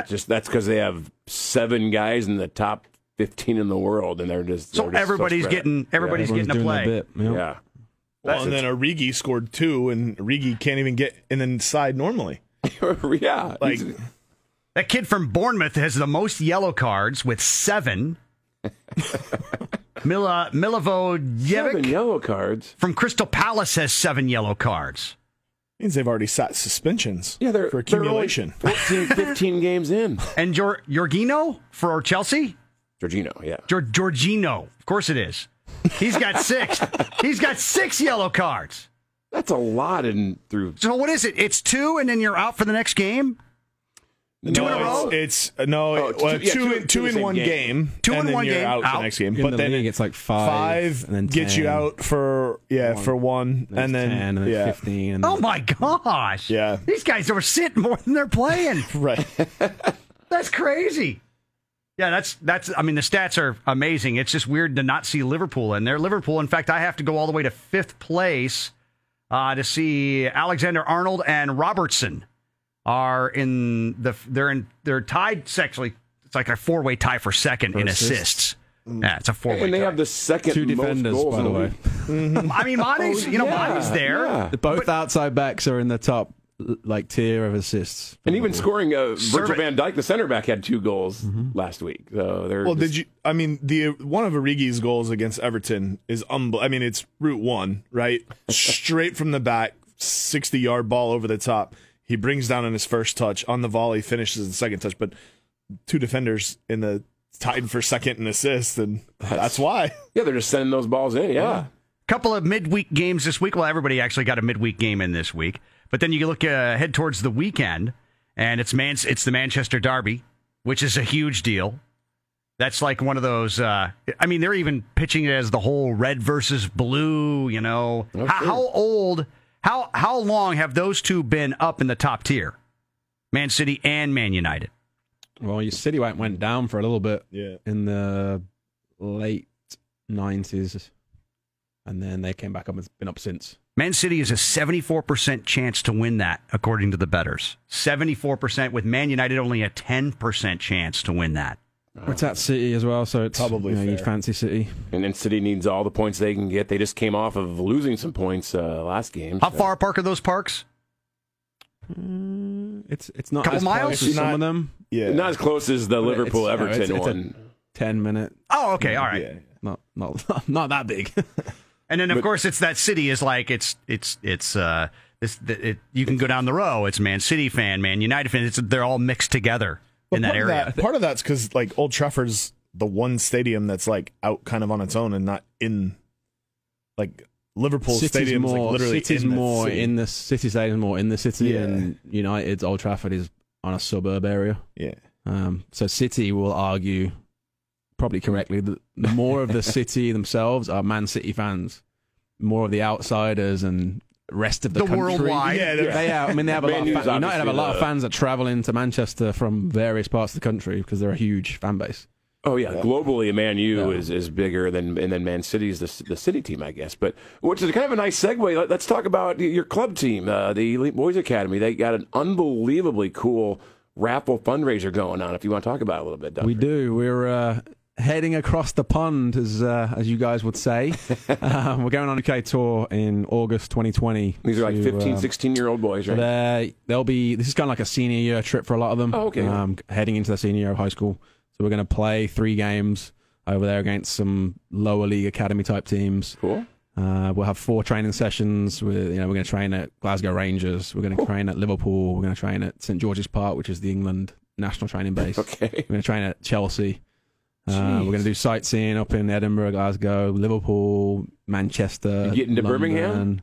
Just that's because they have seven guys in the top fifteen in the world, and they're just
So
they're just
everybody's
spread out.
getting everybody's
everyone's
getting a
doing their
play.
bit, you know.
yeah.
Well, and then Origi scored two, and Origi can't even get in the side normally.
yeah.
Like
He's-
That kid from Bournemouth has the most yellow cards with seven. Mila
Seven
Milivojevic
yellow cards.
from Crystal Palace has seven yellow cards.
Means they've already sat suspensions.
Yeah, they're
for
they're only
accumulation.
14, 15 games in.
And Jor- Jorginho for Chelsea?
Georgino, yeah.
Gior- Jorginho. Of course it is. He's got six. He's got six yellow cards.
That's a lot in through
So what is it? It's two, and then you're out for the next game?
two
in a row?
It's uh, no,
Oh,
it- well,
two- yeah,
two,
two-
in
two
two
in the
in
same
one
game.
game,
Two
and
in
then
one
you're
game,
out,
out.
the next game.
In
but
the
then
league,
it-
it's like five,
five
and then
gets
10,
you out for yeah for one,
then it's
and then
10, and then
yeah
15. And
Oh my gosh.
Yeah.
These guys are sitting more than they're playing.
right.
That's crazy. Yeah, that's that's. I mean, the stats are amazing. It's just weird to not see Liverpool in there. Liverpool, in fact, I have to go all the way to fifth place uh, to see Alexander Arnold and Robertson are in the. They're in. They're tied sexually. It's like a four way tie for second in assists. Yeah, it's a
Oh
four way.
And they have the second
Two
most
defenders,
goals
by
in
the way.
league.
I mean, Mane's. you know,
yeah,
Mane's there.
yeah.
The- Both outside backs are in the top l- like tier of assists.
And
Mm-hmm.
even scoring, uh, Virgil
Serve it.
van Dijk, the center back, had two goals
Mm-hmm.
last week. So they're
Well,
just-
did you? I mean, the one of Origi's goals against Everton is unbel- I mean, it's route one, right? Straight from the back, sixty-yard ball over the top. He brings down in his first touch on the volley, finishes the second touch, but two defenders in the tied for second and assist, and that's why.
yeah, they're just sending those balls in. Yeah,
couple of midweek games this week. Well, everybody actually got a midweek game in this week, but then you look ahead towards the weekend, and it's Man- it's the Manchester Derby, which is a huge deal. That's like one of those. Uh, I mean, they're even pitching it as the whole red versus blue. You know, how, how old, how how long have those two been up in the top tier? Man City and Man United.
Well, your City went went down for a little bit
Yeah.
in the late nineties, and then they came back up. It's been up since.
Man City is a 74% chance to win that, according to the betters. 74%, with Man United only a 10% chance to win that.
It's at City as well, so it's
Probably
you know, you'd
fair.
fancy City.
and then City needs all the points they can get. They just came off of losing some points uh, last game.
How
so-
far apart are those parks?
Mm, It's it's not
Couple
as
miles?
close as
It's
some
not-
of them.
Yeah,
Not as close as the
But it's-
Liverpool
you know,
Everton
it's- it's a-
one.
Ten minute,
Oh, okay, all right.
Yeah.
not not not that big.
And then, of course, it's that city is like, it's, it's, it's, uh, this, th- it, you can go down the row. It's Man City fan, Man United fan. It's, they're all mixed together in
But
that
part of
area.
part of that's because like Old Trafford's the one stadium that's like out kind of on its own and not in like Liverpool
City's
Stadium.
more
like literally
City's
in the
more
city.
in the city stadium more in the city,
Yeah.
and United's Old Trafford is on a suburb area.
yeah.
Um, so City will argue, probably correctly, that more of the City themselves are Man City fans, more of the outsiders and rest of the,
The
country.
worldwide.
Yeah, they're-
They are, I mean, they have a
Man
lot. Of
U's
fan, United have a
obviously
lot of
the-
fans that travel into Manchester from various parts of the country because they're a huge fan base.
Oh yeah, globally, Man U
Yeah.
is, is bigger than and then Man City's the the city team, I guess. But which is kind of a nice segue. Let, us talk about your club team, uh, the Elite Boys Academy. They got an unbelievably cool raffle fundraiser going on. If you want to talk about it a little bit, Doug.
We do. We're uh, heading across the pond, as uh, as you guys would say. um, we're going on a UK tour in August 2020.
These are like
to,
15,
um,
16 year old boys, right?
They're, they'll be. This is kind of like a senior year trip for a lot of them.
Oh, okay.
Um, heading into the senior year of high school, so we're going to play three games over there against some lower league academy type teams.
Cool.
Uh, we'll have four training sessions. With you know, we're going to train at Glasgow Rangers. We're going to train at Liverpool. We're going to train at St George's Park, which is the England national training base.
Okay.
We're going to train at Chelsea. Uh, we're going to do sightseeing up in Edinburgh, Glasgow, Liverpool, Manchester.
You getting to
London.
Birmingham?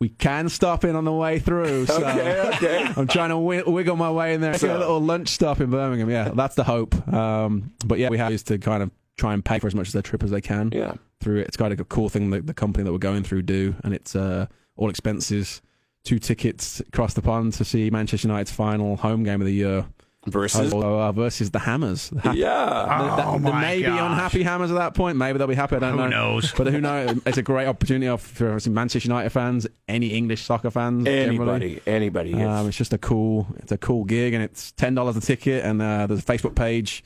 We can stop in on the way through. So
Okay. Okay.
I'm trying to wi- wiggle my way in there. Make
So-
a little lunch stop in Birmingham. Yeah, that's the hope. Um, but yeah, we have is to kind of try and pay for as much of their trip as they can
yeah.
through it. It's kind of a cool thing that the company that we're going through do, and it's uh, all expenses, two tickets across the pond to see Manchester United's final home game of the year
Versus.
uh, versus the Hammers. The Hammers.
Yeah.
Th- th-
Oh my
they may be
gosh.
unhappy Hammers at that point. Maybe they'll be happy. I don't
Who
know.
knows?
But who knows? It's a great opportunity for some Manchester United fans, any English soccer fans, generally.
Anybody. Anybody. It's-
Um, it's just a cool, it's a cool gig, and it's ten dollars a ticket. And uh, there's a Facebook page,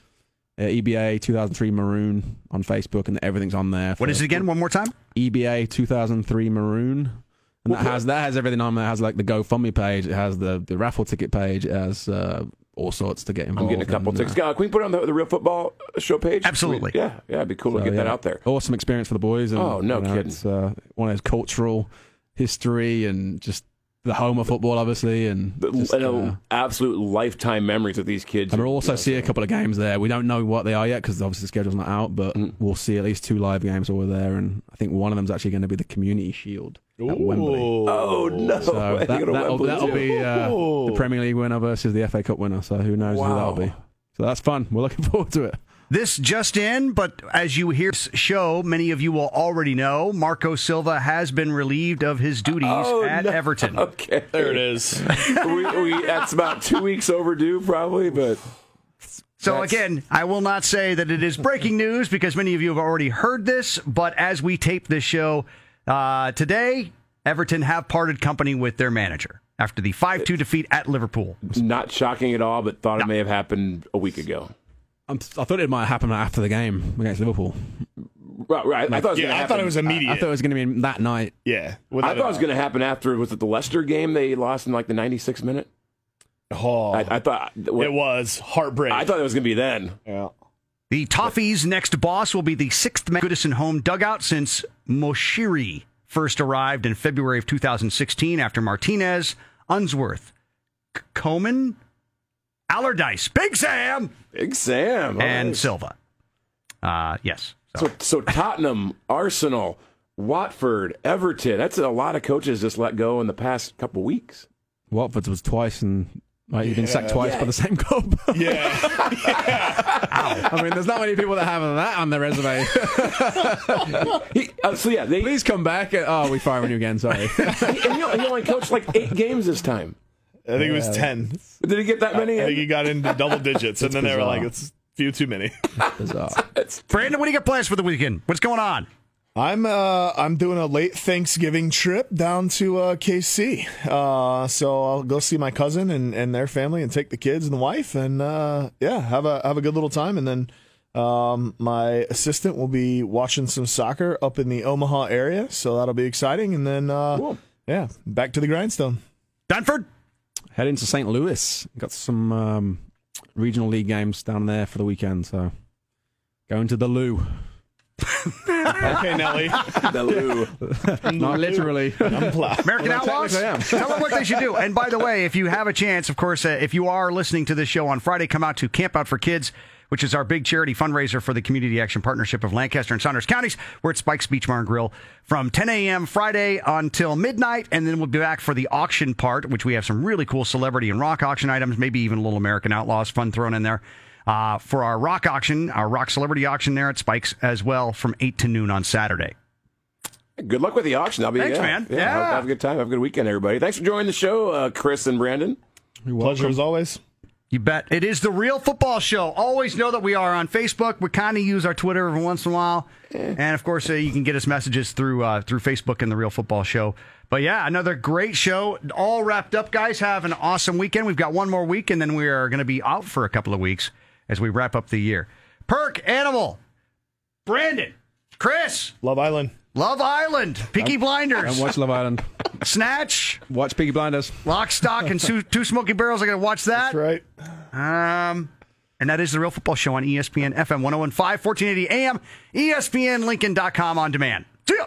uh, EBA 2003 Maroon on Facebook, and everything's on there. E
What is it again? One more time?
EBA 2003 Maroon. And that has that has everything on there. It has like the GoFundMe page. It has the, the raffle ticket page. It has uh, all sorts to get involved.
I'm getting a couple
and, uh,
tickets. Uh, can we put it on the, the Real Football Show page?
Absolutely.
Can we- yeah, yeah, it'd be cool
so,
to get that
yeah,
out there.
Awesome experience for the boys. And,
Oh, no
you know,
kidding.
It's uh, one of those cultural history and just the home of football, obviously. And,
The-
just,
and, uh,
uh,
absolute lifetime memories of these kids.
and we'll also see a couple of games there. We don't know what they are yet because obviously the schedule's not out, but
Mm.
we'll see at least two live games over there. And I think one of them's actually going to be the Community Shield at Wembley.
Oh no! I
So uh, that,
think it'll
that'll,
Wembley,
that'll
too.
be uh, the
Ooh.
Premier League winner versus the FA Cup winner. So who knows who that'll
Wow.
be. So that's fun. We're looking forward to it.
This just in, but as you hear this show, many of you will already know Marco Silva has been relieved of his duties
Oh,
at
no.
Everton.
Okay,
There it is.
we, we, that's about two weeks overdue, probably. But
So
That's-
again, I will not say that it is breaking news because many of you have already heard this. But as we tape this show uh, today, Everton have parted company with their manager after the five-two defeat at Liverpool.
not shocking at all. But thought it may have happened a week ago.
I'm, I thought it might happen after the game against Liverpool.
Right, right. I thought it was gonna
Yeah, I
happen.
thought it was immediate.
I thought it was going to be that night.
yeah,
I thought it was going to happen after. Was it the Leicester game they lost in like the 96th minute?
Oh,
I, I thought
it was heartbreak.
I thought it was going to be then.
yeah.
The Toffees' next boss will be the sixth man Goodison home dugout since Moshiri first arrived in February of 2016 after Martinez, Unsworth, C- Komen, Allardyce, Big Sam,
Big Sam all
and
right.
Silva. Uh, yes. So,
So, so Tottenham, Arsenal, Watford, Everton. That's a lot of coaches just let go in the past couple weeks.
Watford was twice and like, you've been sacked twice by the same club.
Yeah.
I mean, there's not many people that have that on their resume.
He, uh, so yeah, they,
Please come back. Oh, we firing you again. Sorry.
and he, he only coached like eight games this time.
I think it was 10.
Did he get that many?
I think he got into double digits, and then they were
bizarre.
like, it's a few too many.
Bizarre.
Brandon, what do you got plans for the weekend? What's going on?
I'm uh I'm doing a late Thanksgiving trip down to uh, KC. Uh, so I'll go see my cousin and, and their family and take the kids and the wife and uh, yeah have a have a good little time and then um, my assistant will be watching some soccer up in the Omaha area so that'll be exciting and then uh,
Cool.
yeah back to the grindstone.
Dunford?
Heading to St. Louis. Got some um, regional league games down there for the weekend. So going to the loo.
Okay, Nelly,
The Lou.
Not literally.
I'm pl-
American
Well,
Outlaws?
technically I am.
Tell them what they should do. And by the way, if you have a chance, of course, uh, if you are listening to this show on Friday, come out to Camp Out for Kids, which is our big charity fundraiser for the Community Action Partnership of Lancaster and Saunders Counties. We're at Spike's Beach Bar and Grill from 10 a.m. Friday until midnight. And then we'll be back for the auction part, which we have some really cool celebrity and rock auction items, maybe even a little American Outlaws fun thrown in there. Uh, for our rock auction, our rock celebrity auction there at Spike's as well from 8 to noon on Saturday.
Good luck with the auction. I'll be
Thanks,
yeah,
man.
Yeah,
Yeah.
Have, have a good time. Have a good weekend, everybody. Thanks for joining the show, uh, Chris and Brandon.
pleasure as always.
You bet. It is the real football show. Always know that we are on Facebook. We kind of use our Twitter every once in a while, and of course, uh, you can get us messages through uh, through Facebook and the Real Football Show. But yeah, another great show, all wrapped up, guys. Have an awesome weekend. We've got one more week, and then we are going to be out for a couple of weeks as we wrap up the year. Perk, Animal, Brandon, Chris,
Love Island.
Love Island, Peaky Blinders,
And watch Love Island.
Snatch,
Watch Piggy Blinders.
Lock, Stock, and Two, two Smoky Barrels. I got to watch that.
That's right.
Um, and that is the Real Football E oh Show on ESPN FM 1015, 1480 AM, ESPNLincoln.com on demand. See ya.